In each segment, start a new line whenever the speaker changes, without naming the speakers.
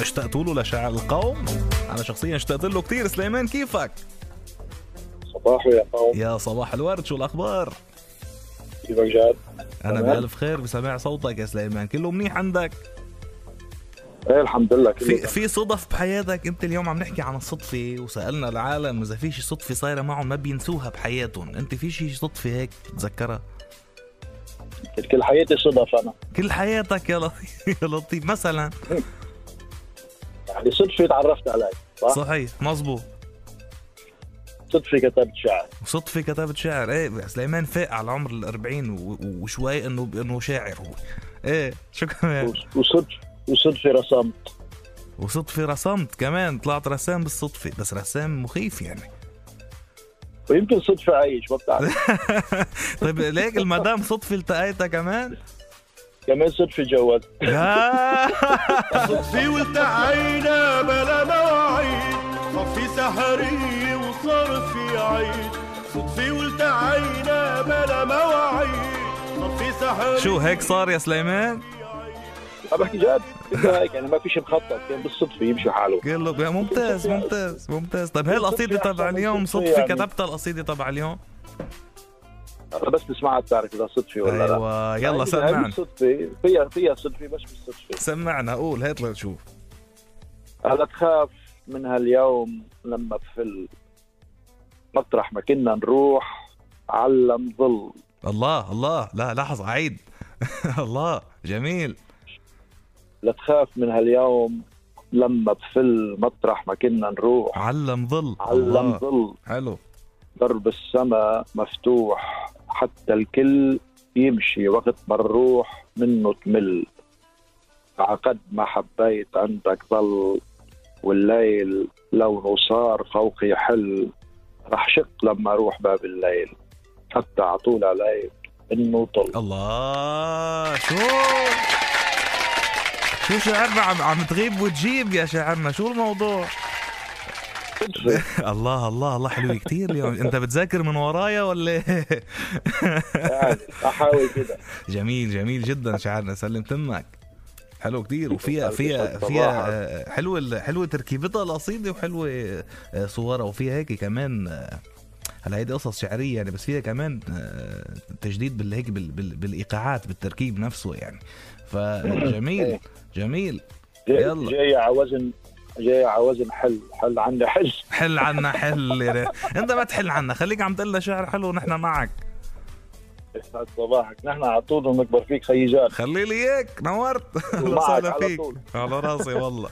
اشتقتوا له لشعر القوم انا شخصيا اشتقت له كتير سليمان كيفك
صباحو يا قوم
يا صباح الورد شو الاخبار
كيفك جاد؟
انا
تمام.
بالف خير بسمع صوتك يا سليمان كله منيح عندك
ايه الحمد لله كله
في
تمام.
في صدف بحياتك انت اليوم عم نحكي عن الصدفه وسالنا العالم اذا في شي صدفه صايره معهم ما بينسوها بحياتهم انت في شي صدفه هيك بتتذكرها
كل حياتي صدف انا
كل حياتك يا لطيف يا لطيف مثلا
يعني صدفه تعرفت عليك صح؟
صحيح مزبوط
صدفه كتبت شعر
وصدفه كتبت شعر ايه سليمان فاق على عمر ال 40 و- وشوي انه انه شاعر هو ايه شو كمان
وص- وصدف وصدفه رسمت
وصدفه رسمت كمان طلعت رسام بالصدفه بس رسام مخيف يعني
ويمكن صدفه عايش ما بتعرف
طيب ليك المدام صدفه التقيتها كمان
كمان صدفه جوزت
آه.
صدفي والتقينا بلا مواعيد صفي سحري وصار في عيد صدفي والتقينا بلا مواعيد صفي سحري
شو هيك صار يا سليمان
عم بحكي جد كنت هيك يعني ما في شيء مخطط كان بالصدفه يمشي حاله
قال له ممتاز ممتاز ممتاز طيب هي القصيده تبع
يعني
اليوم صدفه كتبتها القصيده تبع اليوم
أنا بس تسمعها بتعرف اذا صدفه ولا لا
ايوه يلا
هاي- هاي
سمعنا
بالصدفة فيها فيها صدفه بس بالصدفه
سمعنا قول هات لنشوف
هلا تخاف من هاليوم لما بفل مطرح ما كنا نروح علم ظل
الله الله لا لحظه عيد الله جميل
لا تخاف من هاليوم لما بفل مطرح ما كنا نروح
علم ظل
علم
الله
ظل
حلو
درب السما مفتوح حتى الكل يمشي وقت ما نروح منه تمل عقد ما حبيت عندك ظل والليل لونه صار فوقي يحل رح شق لما اروح باب الليل حتى عطول عليك انه طل
الله شو شو شعرنا عم عم تغيب وتجيب يا شعرنا شو الموضوع الله الله الله حلوه كثير اليوم انت بتذاكر من ورايا ولا إيه؟
يعني احاول كده
جميل جميل جدا شعرنا سلم تمك حلو كتير وفيها فيها
صراحة.
فيها آه، حلوه ال- حلوه تركيبتها القصيده وحلوه آه، صورها وفيها هيك كمان آه، هلا هيدي قصص شعريه يعني بس فيها كمان آه، تجديد بال هيك بال- بال- بالايقاعات بالتركيب نفسه يعني فجميل
إيه.
جميل يلا.
جاي- جاي على وزن جاي على وزن حل حل عندي حل
حل عنا حل يعني انت ما تحل عنا خليك عم تقول لنا شعر حلو ونحن معك
يسعد صباحك نحن على طول ونكبر فيك خيجات
خلي لي اياك نورت اهلا
ومعك
وسهلا
على
فيك
طول.
على راسي والله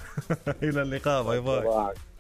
الى اللقاء باي باي
صباحك